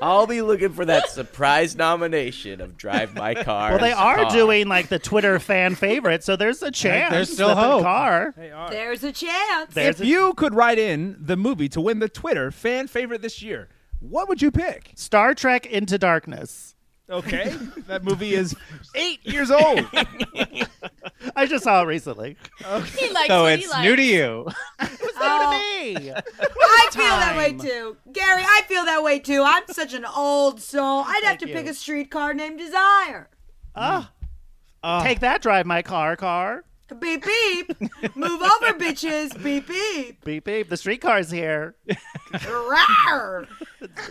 I'll be looking for that surprise nomination of Drive My Car. Well, they as are Car. doing like the Twitter fan favorite, so there's a chance. there's still that the hope. Car. There's a chance. There's if a- you could write in the movie to win the Twitter fan favorite this year, what would you pick? Star Trek Into Darkness. Okay, that movie is eight years old. I just saw it recently. He likes So what he it's likes. new to you. Oh, Hey, I feel that way too, Gary. I feel that way too. I'm such an old soul. I'd have to pick a streetcar named Desire. take that, drive my car, car. Beep beep. Move over, bitches. Beep beep. Beep beep. The streetcar's here. Rawr.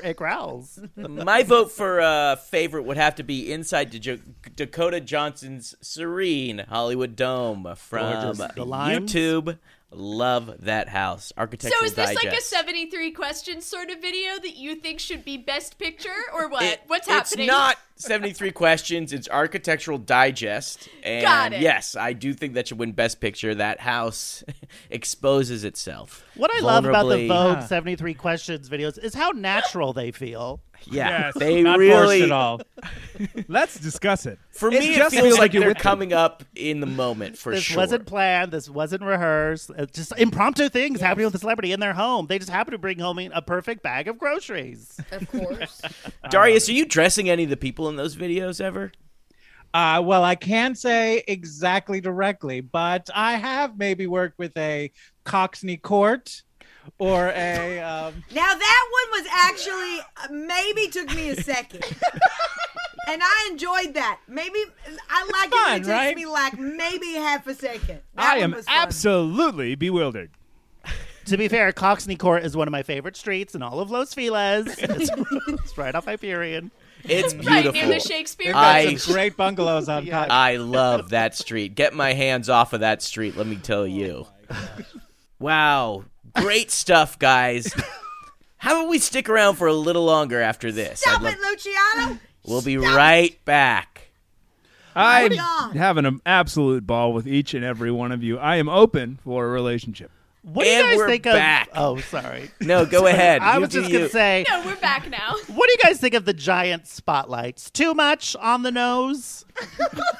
It growls. My vote for uh, favorite would have to be Inside Dajo- Dakota Johnson's Serene Hollywood Dome from Gorgeous. The lines. YouTube. Love that house. Architectural So is this Digest. like a 73 question sort of video that you think should be best picture or what? It- uh, What's happening? It's not 73 questions. It's Architectural Digest. And Got it. yes, I do think that should win Best Picture. That house exposes itself. What I love about the vulnerably. Vogue 73 questions videos is how natural they feel. Yeah, Yes. they Not really forced at all. Let's discuss it. For It me, it, just feels feels like, like you're they're with them. coming up in the moment for this sure. wasn't planned. This wasn't rehearsed. It's just impromptu things happening with a celebrity in their home. They just happen to bring home a perfect bag of groceries. Of course. Darius, are you dressing any of the people in those videos ever? Uh, well, I can't say exactly directly, but I have maybe worked with a Coxney Court or a. Um, Now that one was actually maybe took me a second. And I enjoyed that. Maybe I like it when fun, it takes right? me like maybe half a second. That I one am was fun. absolutely bewildered. to be fair, Coxney Court is one of my favorite streets in all of Los Feliz. It's, it's right off Hyperion. It's right beautiful. near the Shakespeare. I- got some great bungalows on Coxney. I love that street. Get my hands off of that street, let me Oh tell you. wow. Great stuff, guys. How about we stick around for a little longer after this? Stop I'd love- it, Luciano. we'll be Stop it. right back. I'm God. having an absolute ball with each and every one of you. I am open for a relationship. What do And you guys we're think back. of? Oh, sorry. No, go ahead. I You was do just gonna you. say, No, we're back now. what do you guys think of the giant spotlights? Too much on the nose.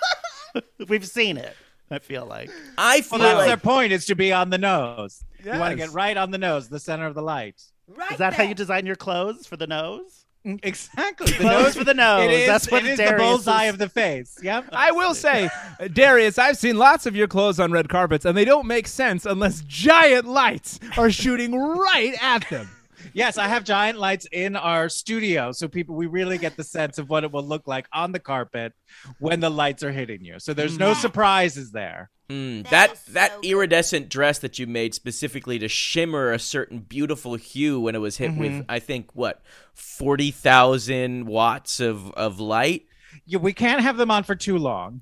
We've seen it. I feel like I feel Well, that's like their point is to be on the nose. You want to Yes. get right on the nose, the center of the light. Right is that how there. you design your clothes for the nose? Exactly. The Clothes for the nose. It is, That's what it is the Darius bullseye is- of the face. Yep. I will say, Darius, I've seen lots of your clothes on red carpets, and they don't make sense unless giant lights are shooting right at them. Yes, I have giant lights in our studio, so people we really get the sense of what it will look like on the carpet when the lights are hitting you. So there's Mm. no surprises there. Mm, That that is that so good. iridescent dress that you made specifically to shimmer a certain beautiful hue when it was hit with I think what forty thousand watts of of light. Yeah, we can't have them on for too long.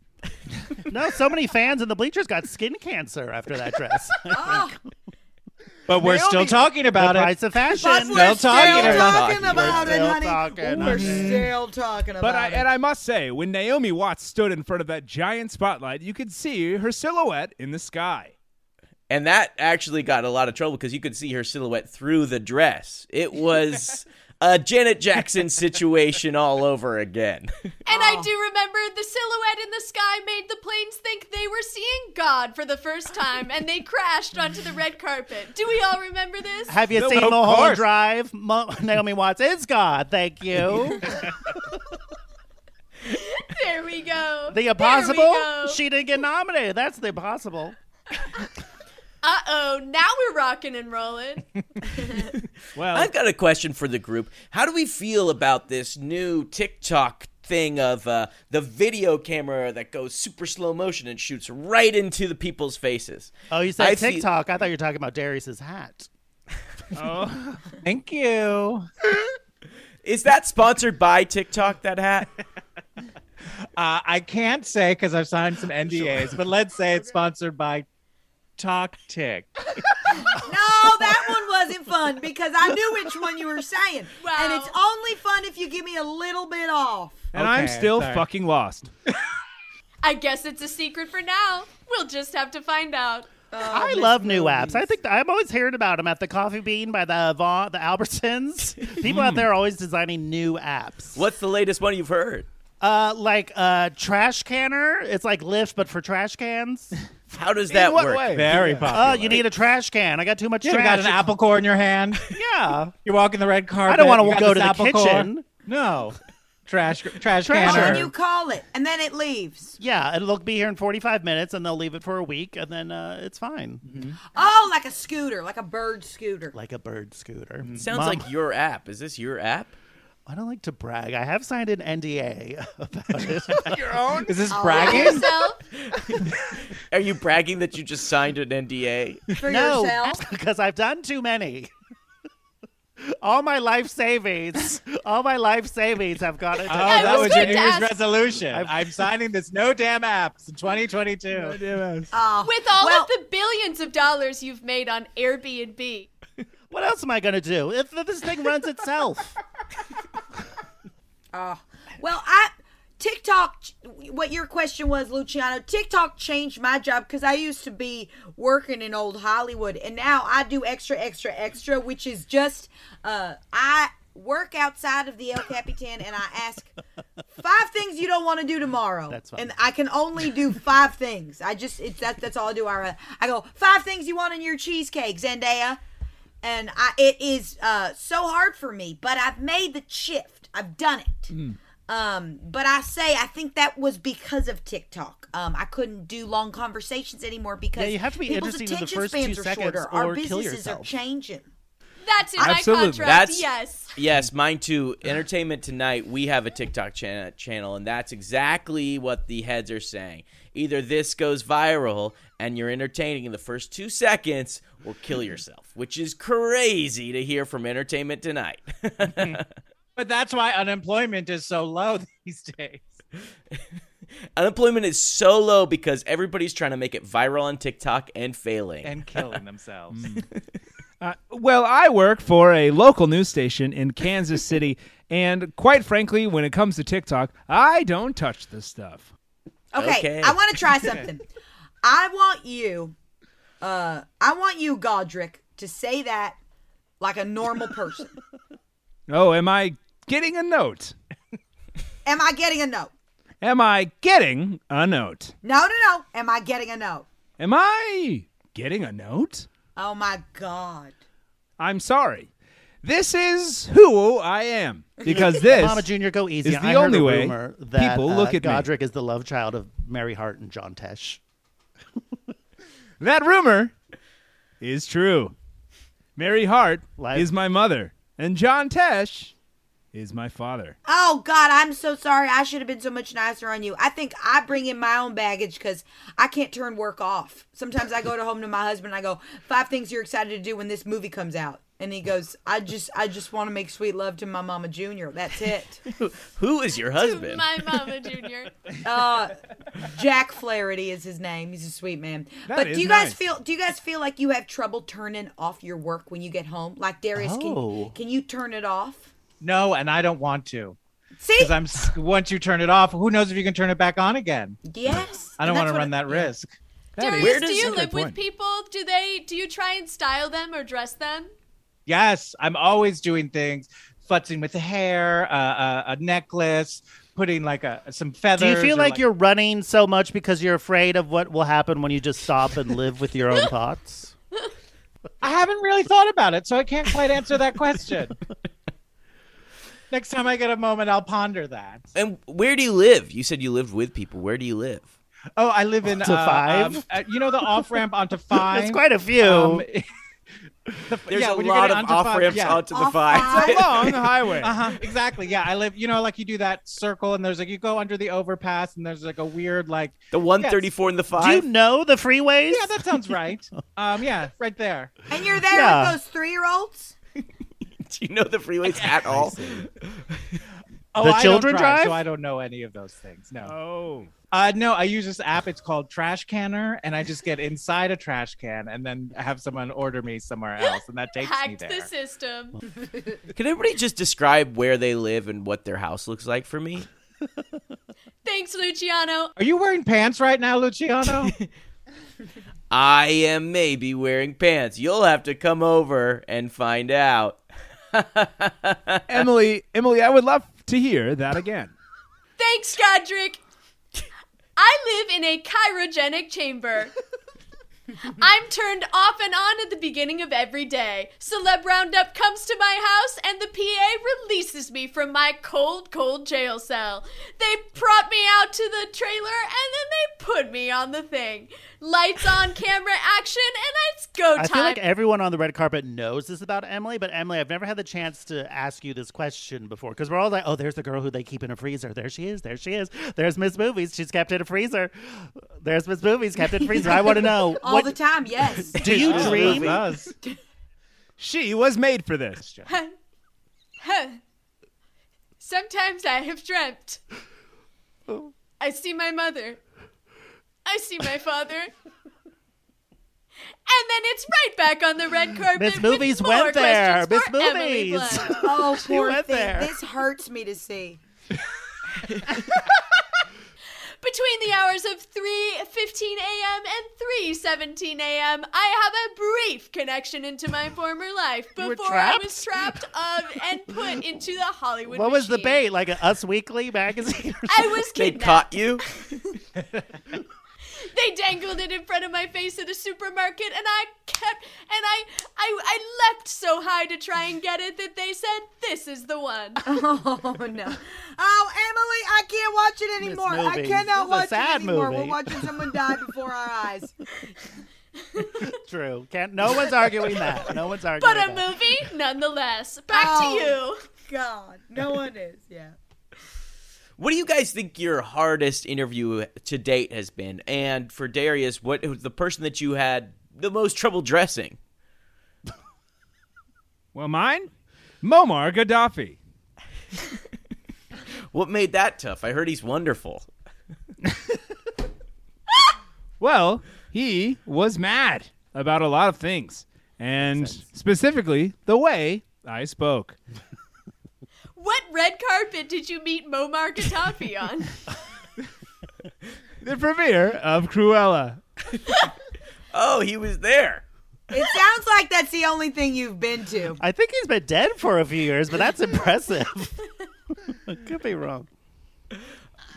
No, so many fans in the bleachers got skin cancer after that dress. Oh, But we're still Naomi- talking about the it. price of but fashion. we're still talking talking, about it. about We're it, still honey. talking we're about it. still talking about But I, it. and I must say, when Naomi Watts stood in front of that giant spotlight, you could see her silhouette in the sky. And that actually got a lot of trouble because you could see her silhouette through the dress. It was a Janet Jackson situation all over again. And I do remember the silhouette in the sky made the planes think they were seeing God for the first time, and they crashed onto the red carpet. Do we all remember this? Have you No, seen of Mulholland course. Drive? Mo- Naomi Watts is God. Thank you. There we go. There The we Impossible. go. She didn't get nominated. That's the Impossible. Uh oh, now we're rocking and rolling. Well, I've got a question for the group. How do we feel about this new TikTok thing of uh, the video camera that goes super slow motion and shoots right into the people's faces? Oh, you said I see- TikTok. I thought you were talking about Darius's hat. Thank you. Is that sponsored by TikTok? That hat? Uh, I can't say because I've signed some NDAs, but let's say it's sponsored by Talk Tick. No, that one wasn't fun because I knew which one you were saying. Wow. And it's only fun if you give me a little bit off. and I'm Okay, still sorry. fucking lost. I guess it's a secret for now. We'll just have to find out. I love new apps. I think I'm always hearing about them at the Coffee Bean by the Va- the Albertsons. People out there are always designing new apps. What's the latest one you've heard? Uh, like uh, trash canner. It's like Lyft but for trash cans. How does that what work? way? Very Uh, popular. Oh, you need a trash can. I got too much you trash. got an apple core in your hand. Yeah. You're walking the red carpet. I don't want you to got go to this the apple core. kitchen. No, trash, trash, Trash Oh, canner. and you call it, and then it leaves. Yeah, it'll be here in 45 minutes and they'll leave it for a week and then uh, it's fine. Mm-hmm. Oh, like a scooter, like a bird scooter. Like a bird scooter. Mm-hmm. Sounds Mom, like your app. Is this your app? I don't like to brag. I have signed an NDA about it. Is this For bragging? yourself, Are you bragging that you just signed an NDA? for no, yourself. because I've done too many. all my life savings, all my life savings have gone into Oh, I that was was, your going New to Year's ask- resolution. i am signing this no damn apps in 2022. Oh. with all Well- of the billions of dollars you've made on Airbnb. What else am I going to do if this thing runs itself? Well, I TikTok. What your question was, Luciano? TikTok changed my job because I used to be working in old Hollywood, and now I do extra, extra, extra, which is just uh, I work outside of the El Capitan, and I ask five things you don't want to do tomorrow. That's fine. And I can only do five things. I just it's that that's all I do. I uh, I go five things you want in your cheesecake, Zendaya and I, it is uh, so hard for me. But I've made the shift. I've done it. Mm. Um, but I say I think that was because of TikTok. Um, I couldn't do long conversations anymore because Yeah, you have to be people's interesting in the attention first spans two are seconds shorter. or Our kill businesses are yourself. changing. That's in Absolutely. my contract. That's- yes. Yes, mine too. Entertainment Tonight, we have a TikTok chan- channel, and that's exactly what the heads are saying. Either this goes viral and you're entertaining in the first two seconds, or kill yourself, which is crazy to hear from Entertainment Tonight. But that's why unemployment is so low these days. Unemployment is so low because everybody's trying to make it viral on TikTok and failing. And killing themselves. Mm. Uh, well, I work for a local news station in Kansas City, and quite frankly, when it comes to TikTok, I don't touch this stuff. Okay, Okay. I want to try something. I want you, uh, I want you, Godric, to say that like a normal person. Oh, am I getting a note? Am I getting a no? Am I getting a note? No, no, no. Am I getting a no? Am I getting a note? Oh my God. I'm sorry. This is who I am because this Mama Junior, go easy. is the I heard only a way rumor that, people uh, look at me. Godric is the love child of Mary Hart and John Tesh. that rumor is true. Mary Hart Life- is my mother. and John Tesh is my father. Oh God, I'm so sorry. I should have been so much nicer on you. I think I bring in my own baggage because I can't turn work off. Sometimes I go to home to my husband. and I go five things you're excited to do when this movie comes out, and he goes, I just, I just want to make sweet love to my mama junior. That's it. Who is your husband? My mama junior. Uh, Jack Flaherty is his name. He's a sweet man. That but is do you guys nice. feel? Do you guys feel like you have trouble turning off your work when you get home? Like Darius, Oh. can can you turn it off? No, and I don't want to See, because I'm s- once you turn it off, who knows if you can turn it back on again? yes, I And don't want to that's what run that yeah. risk. That is- Darius, does- do you Good live with point. people? Do they? Do you try and style them or dress them? Yes, I'm always doing things, futzing with the hair, uh, uh, a necklace, putting like a some feathers. Do you feel or, like you're running so much because you're afraid of what will happen when you just stop and live with your own thoughts? I haven't really thought about it, so I can't quite answer that question. Next time I get a moment, I'll ponder that. and where do you live? You said you lived with people. Where do you live? Oh, I live in Onto uh, five? um, uh, you know the off ramp onto five. That's quite a few. Um, the- There's yeah, a when you're getting lot of onto off five, ramps yeah. onto the Off five. five. Along the highway. Uh-huh. Exactly. Yeah, I live. You know, like you do that circle, and there's like you go under the overpass, and there's like a weird like. The 134 and the Do you five. know the freeways? Yeah, that sounds right. um, yeah, right there. And you're there Yeah. with those three-year-olds. Do you know the freeways at all? Oh, The I don't children drive? So I don't know any of those things. No. Oh. Uh, no, I use this app. It's called Trash Canner, and I just get inside a trash can and then have someone order me somewhere else, and that takes me Hacked there. the system. Can everybody just describe where they live and what their house looks like for me? Thanks, Luciano. Are you wearing pants right now, Luciano? I am maybe wearing pants. You'll have to come over and find out. Emily, Emily, I would love to hear that again. Thanks, Godric. I live in a chirogenic chamber. I'm turned off and on at the beginning of every day. Celeb Roundup comes to my house and the PA releases me from my cold, cold jail cell. They prop me out to the trailer and then they put me on the thing. Lights on, camera action, and it's go time. I feel like everyone on the red carpet knows this about Emily, but Emily, I've never had the chance to ask you this question before because we're all like, oh, there's the girl who they keep in a freezer. There she is. There she is. There's Miss Movies. She's kept in a freezer. There's Miss Movies kept in a freezer. I want to know All what the time, yes. do you Oh, dream? that's us. She was made for this. Sometimes I have dreamt. Oh. I see my mother. I see my father. and then it's right back on the red carpet. Miss with Movies more went there. questions Miss for Emily Movies. Blunt. Oh, poor went thing. there. This hurts me to see. Between the hours of 3:15 a.m. and 3:17 a.m., I have a brief connection into my former life were before I was trapped of and put into the Hollywood. What was the machine. bait? Like a Us Weekly magazine? Or I was They kidnapped. caught you? They dangled it in front of my face at a supermarket, and I kept, and I, I, I leapt so high to try and get it that they said, "This is the one." Oh no! Oh, Emily, I can't watch it anymore. I Movies. cannot This watch is a sad it anymore. movie. We're watching someone die before our eyes. True. Can't, no one's arguing that. No one's arguing But a that. movie, nonetheless. Back Oh. to you. God, no one is. Yeah. What do you guys think your hardest interview to date has been? And for Darius, what who's the person that you had the most trouble dressing? Well, mine? Muammar Gaddafi. What made that tough? I heard he's wonderful. Well, he was mad about a lot of things, and specifically the way I spoke. What red carpet did you meet Momar Gaddafi on? The premiere of Cruella. Oh, he was there. It sounds like that's the only thing you've been to. I think he's been dead for a few years, but that's impressive. Could be wrong.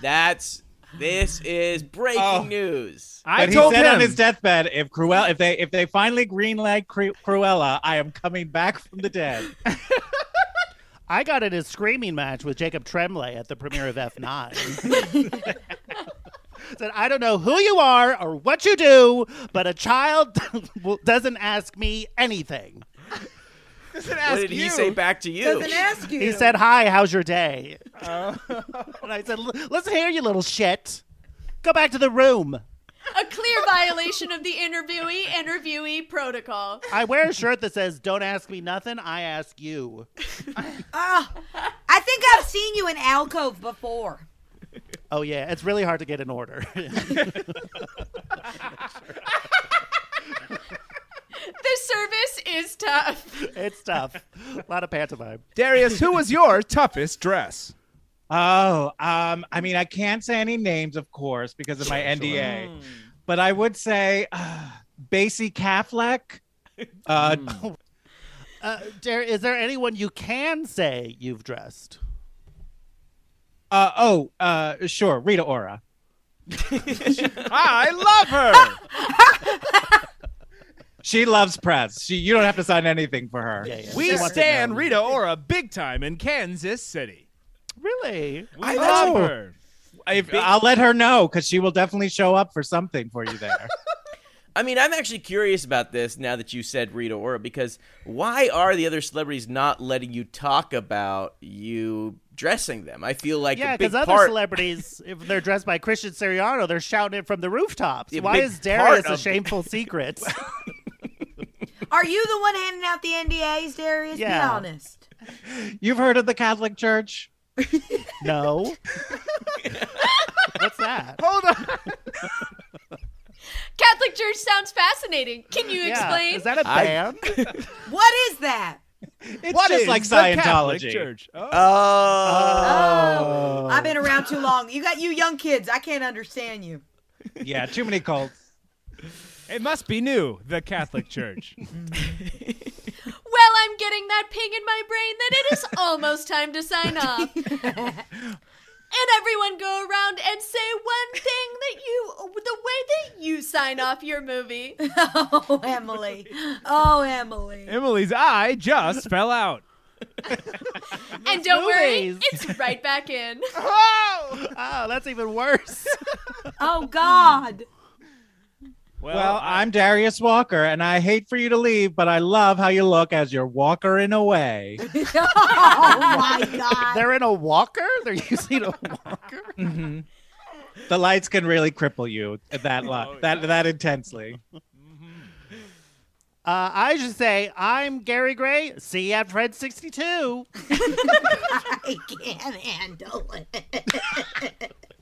That's this is breaking Oh. news. I but told he said him on his deathbed, if Cruella, if they, if they finally greenlight Cru- Cruella, I am coming back from the dead. I got in a screaming match with Jacob Tremblay at the premiere of F9. Said, I don't know who you are or what you do, but a child will- doesn't ask me anything. Doesn't What ask did you. he say back to you? Doesn't ask you. He said, "Hi, how's your day?" Oh. and I said, "L- "Let's hear you, little shit. Go back to the room. A clear violation of the interviewee interviewee protocol. I wear a shirt that says "Don't ask me nothing. I ask you." Ugh. Ah. I think I've seen you in alcove before. Oh yeah, it's really hard to get an order. The service is tough. it's tough. A lot of pantomime. Darius, who was your toughest dress? Oh, um, I mean, I can't say any names, of course, because of my NDA. But I would say uh, Basie Kaflek. Uh, Uh, Dar- is there anyone you can say you've dressed? uh, oh, uh, sure, Rita Ora. I love her. She loves press. She, you don't have to sign anything for her. Yeah, yeah. we She wants it stand known. Rita Ora big time in Kansas City. Really? We I love know. her. If- I'll let her know because she will definitely show up for something for you there. I mean, I'm actually curious about this now that you said Rita Ora because why are the other celebrities not letting you talk about you dressing them? I feel like Yeah, a big because other part. celebrities, if they're dressed by Christian Siriano, they're shouting it from the rooftops. Yeah, Why big is part Darius a of- shameful secret? Are you the one handing out the NDAs, Darius? Yeah. Be honest. You've heard of the Catholic Church? no. What's that? Hold on. Catholic Church sounds fascinating. Can you Yeah. explain? Is that a I- band? What is that? It's What just is like the Catholic Scientology. Church? Oh. Oh. Oh, I've been around too long. You got you young kids. I can't understand you. Yeah, too many cults. It must be new, the Catholic Church. Well, I'm getting that ping in my brain that it is almost time to sign off. and everyone go around and say one thing that you, the way that you sign off your movie. Oh, Emily. Oh, Emily. Emily's eye just fell out. and don't movies. worry, it's right back in. Oh, that's even worse. Oh God. Well, I'm Darius Walker, and I hate for you to leave, but I love how you look as you're walkering away. Oh my God. They're in a walker? They're using a walker? the lights can really cripple you that lo- that that intensely. Uh, I just say, I'm Gary Gray. See you at Fred 62. I can't handle it.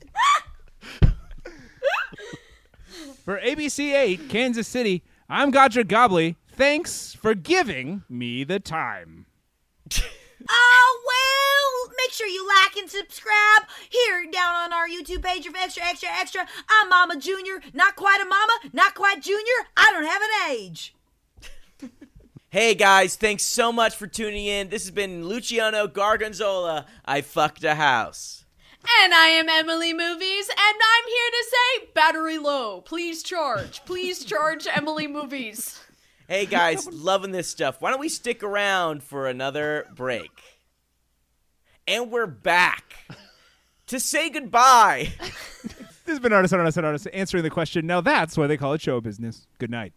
For ABC8, Kansas City, I'm Godric Gobley. Thanks for giving me the time. Oh, well, make sure you like and subscribe here down on our YouTube page of Extra, Extra, Extra. I'm Mama Junior. Not quite a mama, not quite junior. I don't have an age. Hey guys, thanks so much for tuning in. This has been Luciano Gargonzola. I fucked a house. And I am Emily Movies, and I'm here to say battery low. Please charge. Please charge Emily Movies. Hey guys, loving this stuff. Why don't we stick around for another break? And we're back to say goodbye. This has been Artist on Artist on Artist answering the question. Now that's why they call it show business. Good night.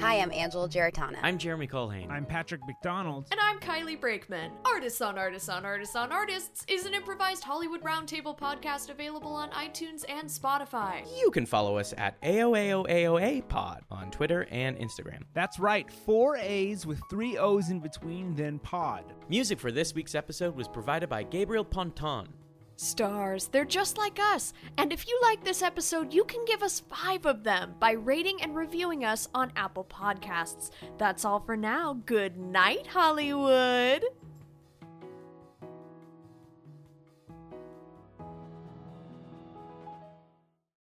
Hi, I'm Angela Geritana. I'm Jeremy Colhane. I'm Patrick McDonald. And I'm Kylie Brakeman. Artists on Artists on Artists on Artists is an improvised Hollywood roundtable podcast available on iTunes and Spotify. You can follow us at AOAOAOA Pod on Twitter and Instagram. That's right, four A's with three O's in between, then pod. Music for this week's episode was provided by Gabriel Ponton. Stars, they're just like us. And if you like this episode, you can give us five of them by rating and reviewing us on Apple Podcasts. That's all for now. Good night, Hollywood.